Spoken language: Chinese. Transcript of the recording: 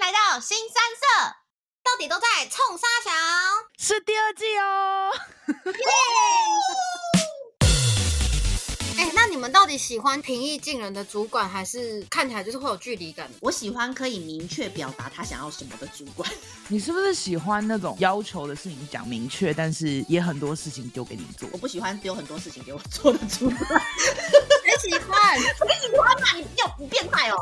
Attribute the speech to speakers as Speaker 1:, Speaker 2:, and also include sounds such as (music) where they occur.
Speaker 1: 来到新三社，到底都在冲沙墙。
Speaker 2: 是第二季哦。
Speaker 3: 哎、那你们到底喜欢平易近人的主管，还是看起来就是会有距离感的？
Speaker 1: 我喜欢可以明确表达他想要什么的主管， (laughs)
Speaker 2: 你是不是喜欢那种要求的事情讲明确，但是也很多事情丢给你做
Speaker 1: 我？不喜欢丢很多 (laughs) 事情给我做的主管。 (laughs)
Speaker 3: 谁喜欢？
Speaker 1: 你喜欢吗？你有你变态哦！